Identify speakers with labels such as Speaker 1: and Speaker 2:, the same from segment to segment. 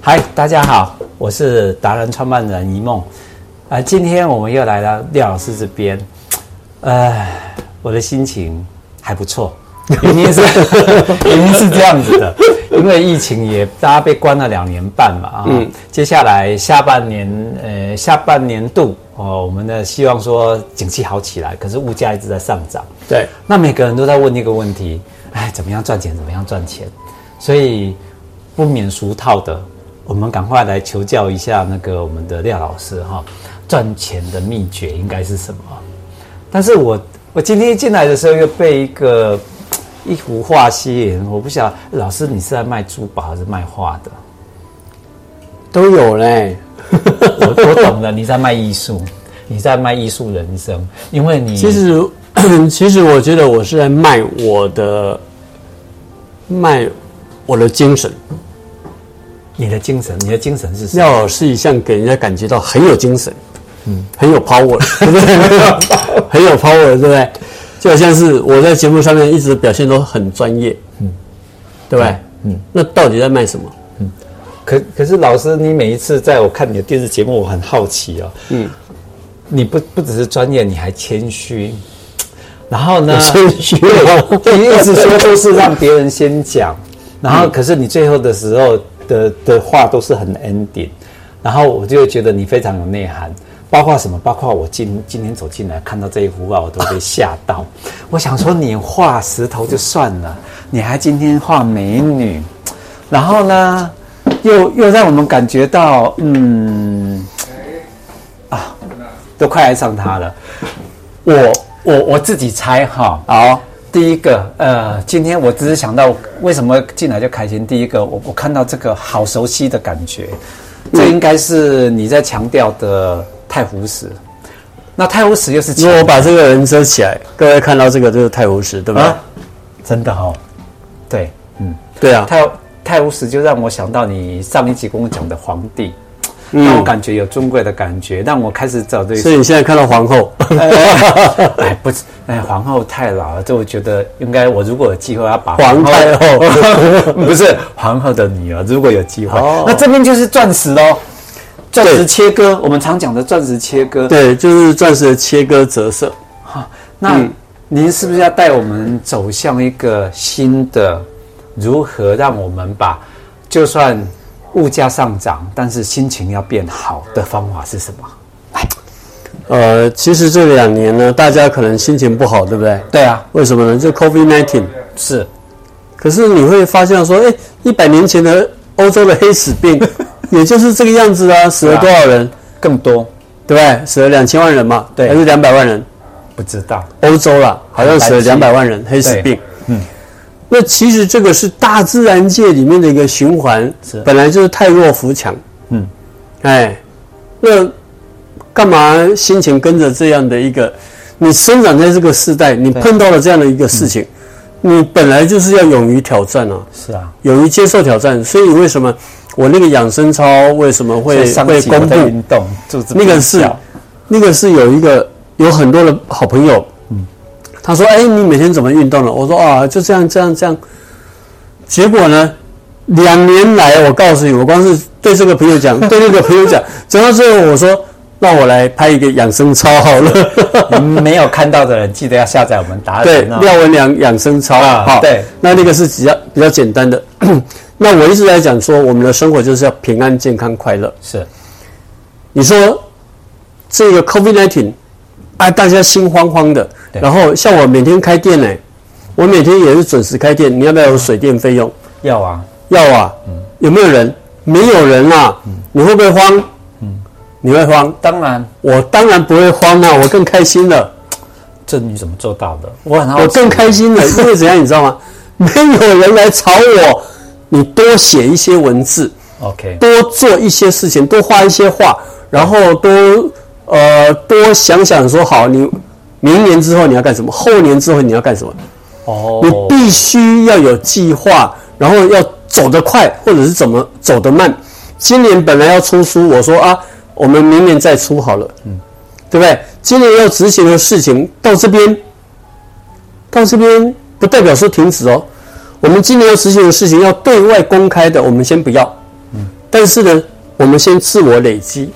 Speaker 1: 嗨，大家好，我是达人创办人一梦，啊、今天我们又来到廖老师这边，呃，我的心情还不错，原因是 原因是这样子的，因为疫情也大家被关了两年半嘛，啊、接下来下半年呃下半年度哦，我们的希望说景气好起来，可是物价一直在上涨，
Speaker 2: 对，
Speaker 1: 那每个人都在问一个问题：哎，怎么样赚钱？怎么样赚钱？所以不免俗套的，我们赶快来求教一下那个我们的廖老师哈，赚钱的秘诀应该是什么？但是我我今天一进来的时候又被一个一幅画吸引，我不晓得老师你是在卖珠宝还是卖画的？
Speaker 2: 都有嘞。
Speaker 1: 我我懂了，你在卖艺术，你在卖艺术人生，因为你
Speaker 2: 其实， 其实我觉得我是在卖我的，卖我的精神。
Speaker 1: 你的精神，你的精神是什么？
Speaker 2: 廖老师一向给人家感觉到很有精神，嗯，很有 power，对不 对？很有 power，对不对？就好像是我在节目上面一直表现都很专业，嗯，对不对？嗯，那到底在卖什么？
Speaker 1: 可可是老师，你每一次在我看你的电视节目，我很好奇哦。嗯，你不不只是专业，你还谦虚，然后呢，
Speaker 2: 谦虚
Speaker 1: 对你一直说都是让别人先讲，然
Speaker 2: 嗯
Speaker 1: 后可是你最后的时候的的话都是很 ending，然后我就会觉得你非常有内涵。包括什么？包括我今今天走进来看到这一幅画，我都被吓到。我想说，你画石头就算了，你还今天画美女，然后呢，又又让我们感觉到，嗯，啊，都快爱上他了。我我我自己猜哈，
Speaker 2: 好，
Speaker 1: 第一个，呃，今天我只是想到为什么进来就开心。第一个，我我看到这个好熟悉的感觉，这应该是你在强调的太湖石。那太湖石又是
Speaker 2: 如果我把这个人遮起来，各位看到这个就是太湖石，对不对？
Speaker 1: 啊，真的哦，对，嗯。
Speaker 2: 对啊，
Speaker 1: 太太湖石就让我想到你上一集跟我讲的皇帝，让我感觉有尊贵的感觉，让我开始找对
Speaker 2: 所以你现在看到皇 后，
Speaker 1: 哎，不是，哎，皇后太老了，这我觉得应该，我如果有机会要把
Speaker 2: 皇太后
Speaker 1: 不是皇后的女儿，如果有机会，
Speaker 2: 哦
Speaker 1: 那这边就是钻石喽，钻石
Speaker 2: 对
Speaker 1: 切割，我们常讲的钻石切割。
Speaker 2: 对，就是钻石的切割折射。
Speaker 1: 那、
Speaker 2: 嗯
Speaker 1: 您是不是要带我们走向一个新的，如何让我们把就算物价上涨，但是心情要变好的方法是什么？
Speaker 2: 呃，其实这两年呢，大家可能心情不好，对不对？
Speaker 1: 对啊，
Speaker 2: 为什么呢？就 COVID 1 9
Speaker 1: 是
Speaker 2: 可是你会发现说，哎，一百年前的欧洲的黑死病，也就是这个样子啊，死了多少人？
Speaker 1: 更多
Speaker 2: 对不对？死了两千万人嘛，
Speaker 1: 对
Speaker 2: 还是两百万人？
Speaker 1: 不知道，
Speaker 2: 欧洲啦，好像死了
Speaker 1: 很
Speaker 2: 两
Speaker 1: 白
Speaker 2: 百
Speaker 1: 痴
Speaker 2: 万人黑死
Speaker 1: 对
Speaker 2: 病。嗯，那其实这个是大自然界里面的一个循环，本来就是太弱扶强。
Speaker 1: 嗯，
Speaker 2: 哎，那干嘛心情跟着这样的一个？你生长在这个世代，你碰到了这样的一个事情，
Speaker 1: 嗯
Speaker 2: 你本来就是要勇于挑战啊，
Speaker 1: 是啊，
Speaker 2: 勇于接受挑战。所以为什么我那个养生操为什么会
Speaker 1: 所以上
Speaker 2: 会
Speaker 1: 集我
Speaker 2: 公布
Speaker 1: 在？运动，肚子
Speaker 2: 那个
Speaker 1: 变
Speaker 2: 是
Speaker 1: 小，
Speaker 2: 那个是有一个有很多的好朋友，嗯，他说：“哎，你每天怎么运动了？”我说：“啊，就这样，这样，这样。”结果呢，两年来，我告诉你，我光是对这个朋 友讲，对那个朋友讲，讲到最后，我说：“那我来拍一个养生操 好了。
Speaker 1: 你们没有看到的人，记得要下载我们达”
Speaker 2: 对，
Speaker 1: 人哦。
Speaker 2: 廖文良养生操
Speaker 1: 啊
Speaker 2: 好
Speaker 1: 对，
Speaker 2: 那那个是比较比较简单的。 那我一直在讲说，我们的生活就是要平安、健康、快乐。
Speaker 1: 是
Speaker 2: 你说这个 COVID-19 啊，大家心慌慌的，
Speaker 1: 对
Speaker 2: 然后像我每天开店呢，我每天也是准时开店，你要不要有水电费用？
Speaker 1: 要啊，
Speaker 2: 要啊，有没有人？没有人啊，你会不会慌？你会慌？
Speaker 1: 当然，
Speaker 2: 我当然不会慌啊，我更开心了，
Speaker 1: 这你怎么做到的？啊我很好奇，
Speaker 2: 我更开心了，因为怎样你知道吗？没有人来吵我，你多写一些文字，
Speaker 1: OK，
Speaker 2: 多做一些事情，多画一些画，然后多呃多想想说好，你明年之后你要干什么，后年之后你要干什么，
Speaker 1: 哦
Speaker 2: 你，必须要有计划，然后要走得快，或者是怎么走得慢。今年本来要出书，我说啊，我们明年再出好了，嗯，对不对？今年要执行的事情到这边，到这边不代表说停止哦。我们今年要执行的事情要对外公开的，我们先不要，嗯，但是呢，我们先自我累积，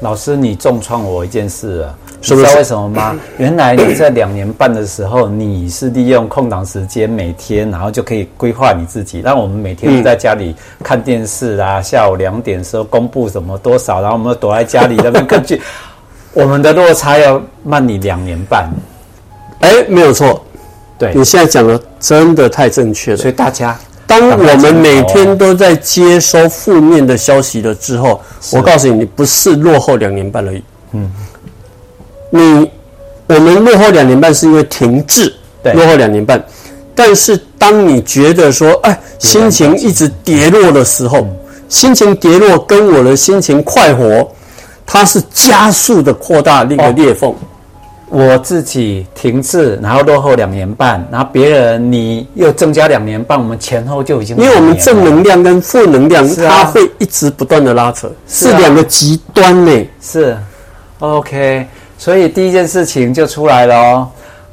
Speaker 1: 老师，你重创我一件事了，你
Speaker 2: 什
Speaker 1: 知
Speaker 2: 么事
Speaker 1: 道为什么 吗？原来你在两年半的时候，你是利用空档时间，每天然后就可以规划你自己。让我们每天都在家里看电视啊，下午两点的时候公布什么多少，然后我们躲在家里那边看 剧。我们的落差要慢你两年半，
Speaker 2: 哎，没有错，
Speaker 1: 对，
Speaker 2: 你现在讲的真的太正确了
Speaker 1: 所。以大家
Speaker 2: 当我们每
Speaker 1: 哦
Speaker 2: 天都在接收负面的消息了之后，我告诉你，你不是落后两年半而已。嗯，你我们落后两年半是因为停滞，
Speaker 1: 对
Speaker 2: 落后两年半。但是当你觉得说，哎，心情一直跌落的时候，
Speaker 1: 嗯
Speaker 2: 心情跌落跟我的心情快活，它是加速的扩大那个裂
Speaker 1: 哦
Speaker 2: 缝。
Speaker 1: 我自己停滞，然后落后两年半，然后别人你又增加两年半，我们前后就已经
Speaker 2: 因为我
Speaker 1: 两
Speaker 2: 们
Speaker 1: 年
Speaker 2: 正
Speaker 1: 了
Speaker 2: 能量跟负能量，
Speaker 1: 是啊
Speaker 2: 它会一直不断的拉扯，
Speaker 1: 是啊
Speaker 2: 是两个极端呢。
Speaker 1: 是，OK。所以第一件事情就出来了哦。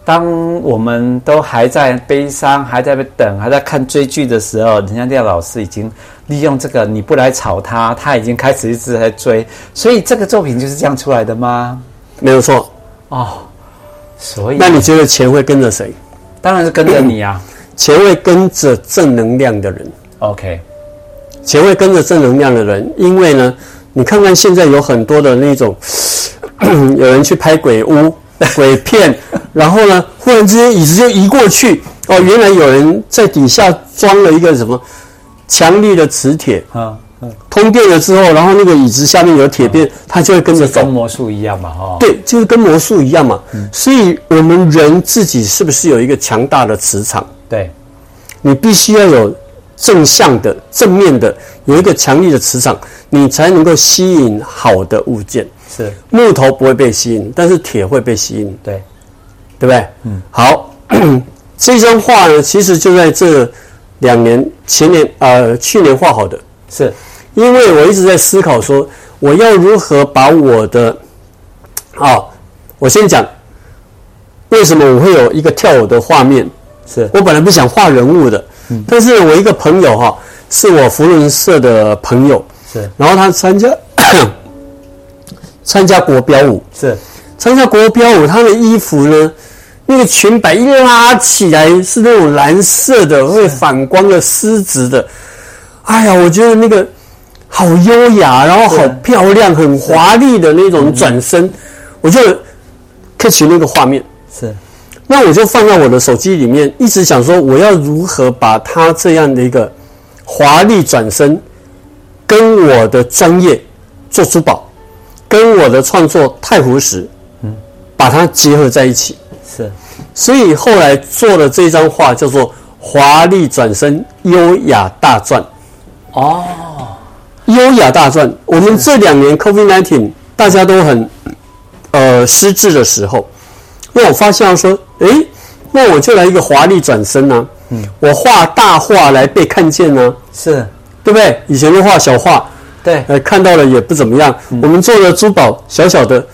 Speaker 1: 当我们都还在悲伤、还在等、还在看追剧的时候，人家廖老师已经利用这个你不来吵他，他已经开始一直在追。所以这个作品就是这样出来的吗？
Speaker 2: 没有错。
Speaker 1: 哦，所以
Speaker 2: 那你觉得钱会跟着谁？
Speaker 1: 当然是跟着你啊。
Speaker 2: 钱会跟着正能量的人，
Speaker 1: OK，
Speaker 2: 钱会跟着正能量的人，因为呢，你看看现在有很多的那种， 有人去拍鬼屋、 鬼片，然后呢，忽然之间椅子就移过去，哦，原来有人在底下装了一个什么强力的磁铁，
Speaker 1: 嗯，
Speaker 2: 通电了之后，然后那个椅子下面有铁片，它就会跟着走
Speaker 1: 跟。魔术一样嘛，哦，
Speaker 2: 对，就是跟魔术一样嘛。所以我们人自己是不是有一个强大的磁场？
Speaker 1: 对，
Speaker 2: 你必须要有正向的、正面的，有一个强力的磁场，你才能够吸引好的物件。
Speaker 1: 是，
Speaker 2: 木头不会被吸引，但是铁会被吸引，
Speaker 1: 对，
Speaker 2: 对不对？嗯。好，这张画呢，其实就在这两年前年呃去年画好的，
Speaker 1: 是，
Speaker 2: 因为我一直在思考说，我要如何把我的啊、我先讲为什么我会有一个跳舞的画面。
Speaker 1: 是，
Speaker 2: 我本来不想画人物的，但是我一个朋友哈、是我福伦社的朋友，
Speaker 1: 是，
Speaker 2: 然后他参加 参加国标舞，
Speaker 1: 是，
Speaker 2: 参加国标舞，他的衣服呢，那个裙摆一拉起来是那种蓝色的，会反光的丝质的，哎呀，我觉得那个好优雅，然后好
Speaker 1: 是
Speaker 2: 漂亮，很华丽的那种转身，我就 catch 那个画面。
Speaker 1: 是，
Speaker 2: 那我就放在我的手机里面，一直想说我要如何把它这样的一个华丽转身，跟我的专业做珠宝，跟我的创作太湖石，把它结合在一起。
Speaker 1: 是，
Speaker 2: 所以后来做了这张画，叫做《华丽转身，优雅大转》。
Speaker 1: 哦，
Speaker 2: 优雅大赚。我们这两年 COVID-19 大家都很呃失智的时候，那我发现说，诶，那我就来一个华丽转身呢、嗯，我画大画来被看见呢、
Speaker 1: 是，
Speaker 2: 对不对？以前都画小画，
Speaker 1: 对，
Speaker 2: 呃，看到了也不怎么样。我们做的珠宝小小的，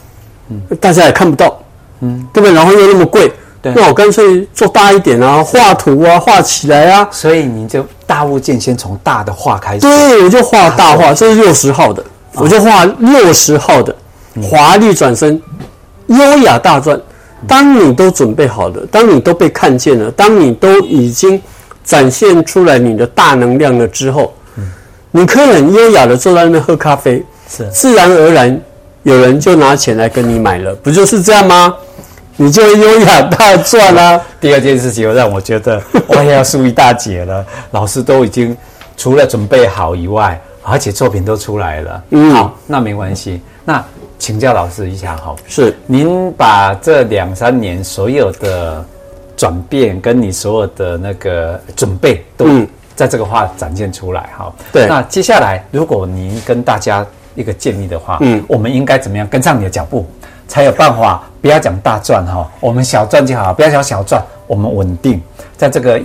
Speaker 2: 大家也看不到，嗯，对不对？然后又那么贵，
Speaker 1: 对
Speaker 2: 那我干脆做大一点啊，画图啊，画起来啊。
Speaker 1: 所以你就大物件先从大的画开始。
Speaker 2: 对，我就画大画，这是六十号的，我就画六十号的，华丽转身，优雅大转。当你都准备好了，当你都被看见了，当你都已经展现出来你的大能量了之后，你可以很优雅的坐在那边喝咖啡，
Speaker 1: 是
Speaker 2: 自然而然有人就拿钱来跟你买了，不就是这样吗？你就优雅大啊赚啦、
Speaker 1: 第二件事情，让我觉得 我也要输一大截了。老师都已经除了准备好以外，而且作品都出来了。
Speaker 2: 嗯
Speaker 1: 好，那没关系。那请教老师一下好，
Speaker 2: 是
Speaker 1: 您把这两三年所有的转变跟你所有的那个准备都
Speaker 2: 嗯
Speaker 1: 在这个画展现出来哈。
Speaker 2: 对
Speaker 1: 那接下来如果您跟大家一个建议的话，嗯
Speaker 2: 嗯，
Speaker 1: 我们应该怎么样跟上你的脚步，才有办法不要讲大赚哈，我们小赚就好，不要讲小赚，我们稳定在这个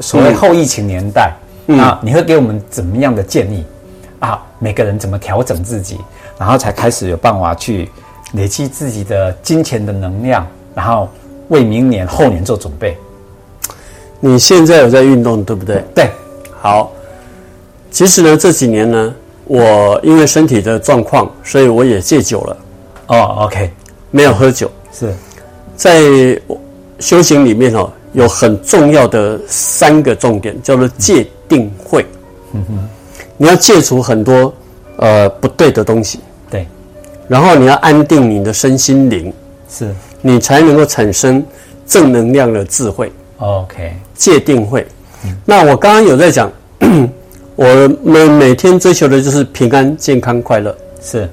Speaker 1: 所谓后疫情年代，
Speaker 2: 嗯
Speaker 1: 那你会给我们怎么样的建议啊？每个人怎么调整自己，然后才开始有办法去累积自己的金钱的能量，然后为明年后年做准备。
Speaker 2: 你现在有在运动，对不对？
Speaker 1: 对，
Speaker 2: 好，其实呢，这几年呢，我因为身体的状况，所以我也戒酒了，
Speaker 1: 哦，OK，
Speaker 2: 没有喝酒。
Speaker 1: 是
Speaker 2: 在修行里面哦，有很重要的三个重点，叫做戒定慧。你要戒除很多呃不对的东西，
Speaker 1: 对，
Speaker 2: 然后你要安定你的身心灵，
Speaker 1: 是
Speaker 2: 你才能够产生正能量的智慧。
Speaker 1: OK，
Speaker 2: 界定会。那我刚刚有在讲， 我们每天追求的就是平安、健康、快乐。
Speaker 1: 是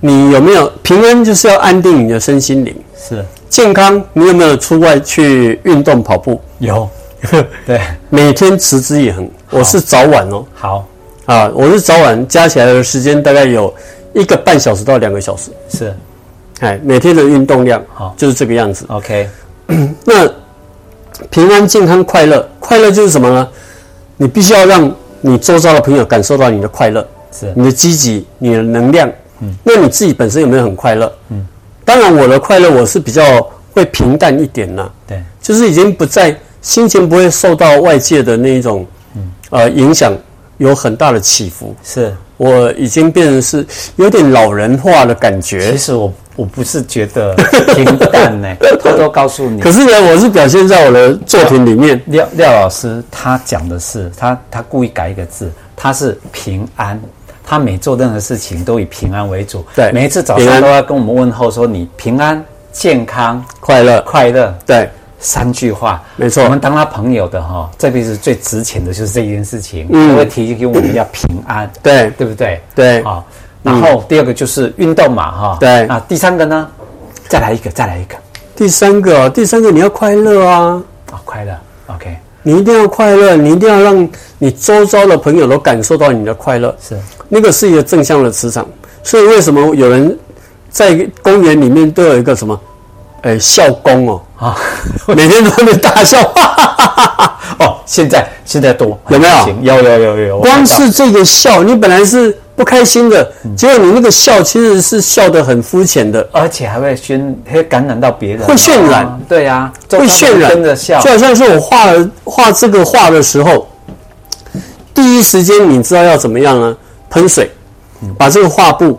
Speaker 2: 你有没有平安？就是要安定你的身心灵。
Speaker 1: 是
Speaker 2: 健康，你有没有出外去运动跑步？
Speaker 1: 有， 对，
Speaker 2: 每天持之以恒。我是早晚哦，
Speaker 1: 好，
Speaker 2: 啊，我是早晚，加起来的时间大概有一个半小时到两个小时。
Speaker 1: 是
Speaker 2: 哎，每天的运动量
Speaker 1: 好
Speaker 2: 就是这个样子。
Speaker 1: OK，
Speaker 2: 那平安、健康、快乐，快乐就是什么呢？你必须要让你周遭的朋友感受到你的快乐，
Speaker 1: 是
Speaker 2: 你的积极，你的能量。嗯，那你自己本身有没有很快乐？嗯，当然，我的快乐我是比较会平淡一点啦、
Speaker 1: 对，
Speaker 2: 就是已经不在心情不会受到外界的那一种，呃，影响有很大的起伏。
Speaker 1: 是。
Speaker 2: 我已经变成是有点老人化的感觉
Speaker 1: 其，实我我不是觉得平淡 呢、偷偷告诉你，
Speaker 2: 可是呢，我是表现在我的作品里面。
Speaker 1: 廖廖老师他讲的是他他故意改一个字，他是平安。他每做任何事情都以平安为主，
Speaker 2: 对
Speaker 1: 每一次早
Speaker 2: 平
Speaker 1: 上
Speaker 2: 安
Speaker 1: 都要跟我们问候说你平安、健康、
Speaker 2: 快乐
Speaker 1: 快乐
Speaker 2: 对，
Speaker 1: 三句话，
Speaker 2: 没错
Speaker 1: 我们当他朋友的哈，这辈子最值钱的就是这件事情，
Speaker 2: 嗯
Speaker 1: 他会提醒给我们要平安，
Speaker 2: 对
Speaker 1: 对不对？
Speaker 2: 对
Speaker 1: 好，然后第二个就是运动嘛哈，
Speaker 2: 对
Speaker 1: 啊，第三个呢，再来一个，再来一个，
Speaker 2: 第三个哦，第三个你要快乐啊，
Speaker 1: 啊，快乐，OK，
Speaker 2: 你一定要快乐，你一定要让你周遭的朋友都感受到你的快乐，
Speaker 1: 是
Speaker 2: 那个是一个正向的磁场。所以为什么有人在公园里面都有一个什么，呃，校工哦，
Speaker 1: 啊，
Speaker 2: 每天都在那边大笑，哈哈哈哈哈哈
Speaker 1: 哦，现在现在多
Speaker 2: 有没有
Speaker 1: 很流行有有有有有，我看
Speaker 2: 光
Speaker 1: 到
Speaker 2: 是这个笑，你本来是不开心的，结果你那个笑其实是笑得很肤浅的，
Speaker 1: 而且还会熏，会感染到别人，
Speaker 2: 会渲染
Speaker 1: 啊对呀，周
Speaker 2: 会
Speaker 1: 遭
Speaker 2: 渲染，
Speaker 1: 跟着笑
Speaker 2: 就，好像是我画了画这个画的时候，第一时间你知道要怎么样呢？喷水，把这个画布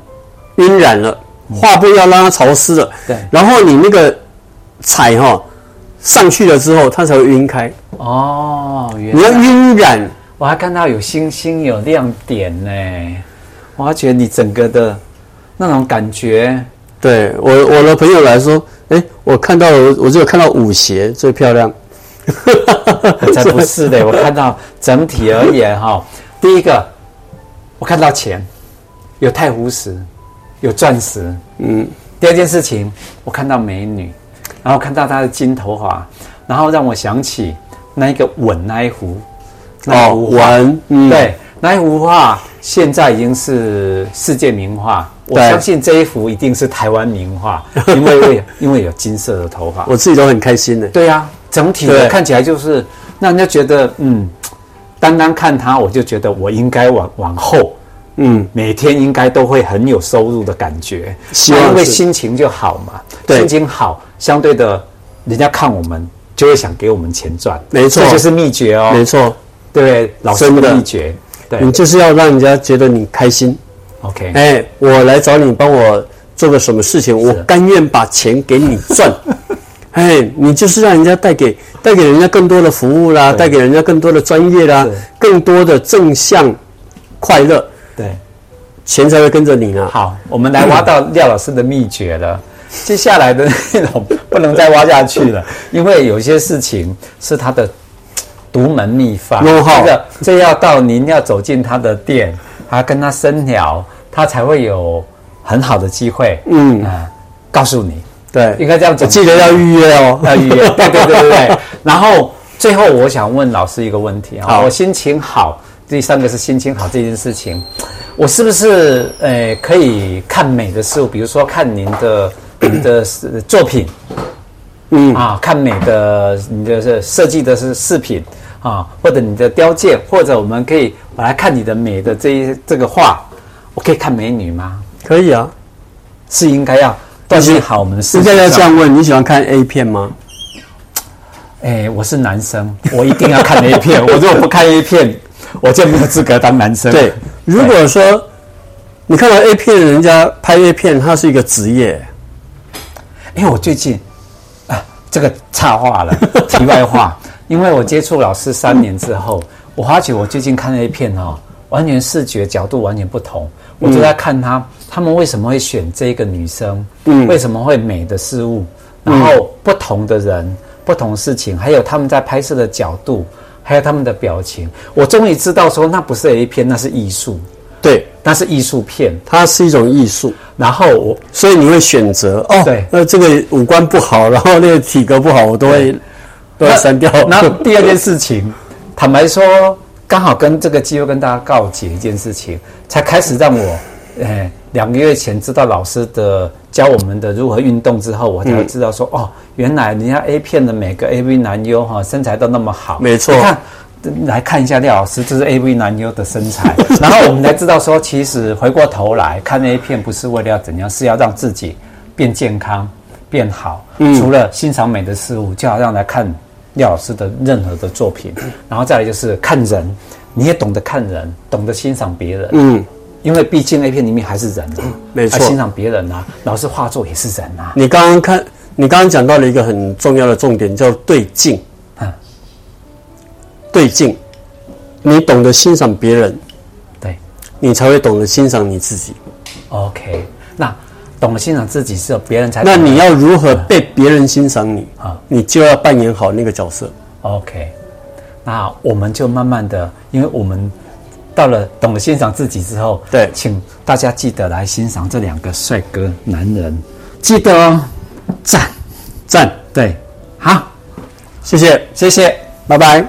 Speaker 2: 晕染了，画布要让它潮湿了。
Speaker 1: 嗯对
Speaker 2: 然后你那个彩哈、上去了之后，它才会晕开。
Speaker 1: 哦，原
Speaker 2: 你要
Speaker 1: 来
Speaker 2: 晕染，
Speaker 1: 我还看到有星星，有亮点呢，我还觉得你整个的那种感觉，
Speaker 2: 对我我的朋友来说，哎，我看到了，我只有看到舞鞋最漂亮。
Speaker 1: 才不是的，我看到整体而言哈，第一个我看到钱，有太湖石，有钻石，
Speaker 2: 嗯，
Speaker 1: 第二件事情，我看到美女，然后看到她的金头发，然后让我想起那一个吻那一壶，那一
Speaker 2: 哦，
Speaker 1: 壶画，
Speaker 2: 玩，嗯，
Speaker 1: 对，那一幅画现在已经是世界名画。我
Speaker 2: 对
Speaker 1: 相信这一幅一定是台湾名画，因为 为因为有金色的头发。
Speaker 2: 我自己都很开心的。
Speaker 1: 对呀、整体的
Speaker 2: 对
Speaker 1: 看起来就是让人家觉得，嗯，单单看它，我就觉得我应该往往后
Speaker 2: 嗯，
Speaker 1: 每天应该都会很有收入的感觉，
Speaker 2: 希望是
Speaker 1: 因为心情就好嘛，
Speaker 2: 对
Speaker 1: 心情好，相对的，人家看我们就会想给我们钱赚，
Speaker 2: 没错
Speaker 1: 这就是秘诀哦，
Speaker 2: 没错，
Speaker 1: 对不对，老师
Speaker 2: 真的
Speaker 1: 秘诀，对
Speaker 2: 你就是要让人家觉得你开心。
Speaker 1: ，OK，
Speaker 2: 哎、我来找你帮我做个什么事情，我甘愿把钱给你赚。 哎，你就是让人家带给带给人家更多的服务啦，
Speaker 1: 对
Speaker 2: 带给人家更多的专业啦
Speaker 1: 是，
Speaker 2: 更多的正向快乐，
Speaker 1: 对，
Speaker 2: 钱才会跟着你呢。
Speaker 1: 好，我们来挖到廖老师的秘诀 了。接下来的内容不能再挖下去了，因为有些事情是他的独门秘方。
Speaker 2: Know-how
Speaker 1: 这个这要到您要走进他的店，他跟他深聊，他才会有很好的机会。嗯啊、告诉你
Speaker 2: 对，
Speaker 1: 应该这样
Speaker 2: 我
Speaker 1: 讲，
Speaker 2: 记得要预约 哦。
Speaker 1: 要预约，呃对对对对对。然后最后我想问老师一个问题啊，
Speaker 2: 好
Speaker 1: 我心情好，第三个是心情好这件事情，我是不是呃可以看美的事物，比如说看您的您的呃作品，
Speaker 2: 嗯
Speaker 1: 啊，看美的你的这设计的是饰品啊，或者你的雕件，或者我们可以把它看你的美的这一这个画，我可以看美女吗？
Speaker 2: 可 以啊。
Speaker 1: 是应该要锻炼好我们的视
Speaker 2: 人家
Speaker 1: 觉
Speaker 2: 要
Speaker 1: 上
Speaker 2: 这样问，你喜欢看 A 片吗？
Speaker 1: 哎、我是男生，我一定要看 A 片。我如果不看 A 片，我就没有资格当男生。
Speaker 2: 对，如果说你看到 A 片，人家拍 A 片，它是一个职业，
Speaker 1: 因哎为我最近啊，这个岔话了，题外话，因为我接触老师三年之后，我发觉我最近看 A 片哦，完全视觉角度完全不同，我就在看他、他们为什么会选这个女生，为什么会美的事物，然后不同的人、不同事情，还有他们在拍摄的角度，还有他们的表情，我终于知道说那不是 A 片，那是艺术，
Speaker 2: 对，
Speaker 1: 那是艺术片。
Speaker 2: 它是一种艺术，
Speaker 1: 然后我
Speaker 2: 所以你会选择哦，
Speaker 1: 对
Speaker 2: 那这个五官不好， 然后那个体格不好，我都会都会删掉。
Speaker 1: 那那第二件事情，坦白说，刚好跟这个机会跟大家告解一件事情，才开始让我，哎，两个月前知道老师的教我们的如何运动之后，我才
Speaker 2: 嗯
Speaker 1: 会知道说，哦，原来人家 A 片的每个 AV 男优哈、身材都那么好，
Speaker 2: 没错
Speaker 1: 你看。 来看一下廖老师，这是 AV 男优的身材，然后我们才知道说，其实回过头来看 A 片，不是为了要怎样，是要让自己变健康、变好。
Speaker 2: 嗯
Speaker 1: 除了欣赏美的事物，就好像来看廖老师的任何的作品，然后再来就是看人，你也懂得看人，懂得欣赏别人。嗯，因为毕竟 A 片里面还是人啊，
Speaker 2: 没错
Speaker 1: 啊欣赏别人啊，老师画作也是人啊。
Speaker 2: 你刚刚看，你刚刚讲到了一个很重要的重点，叫对镜
Speaker 1: 嗯。
Speaker 2: 对镜，你懂得欣赏别人，
Speaker 1: 对
Speaker 2: 你才会懂得欣赏你自己。
Speaker 1: ，OK，那懂得欣赏自己是有别人才懂
Speaker 2: 那
Speaker 1: 得。
Speaker 2: 你要如何被别人欣赏你
Speaker 1: 啊？
Speaker 2: 你就要扮演好那个角色。
Speaker 1: OK，那我们就慢慢的，因为我们到了懂得欣赏自己之后，
Speaker 2: 对
Speaker 1: 请大家记得来欣赏这两个帅哥男人，记得哦，赞
Speaker 2: 赞，
Speaker 1: 对，好，
Speaker 2: 谢谢，
Speaker 1: 谢谢。
Speaker 2: 拜拜。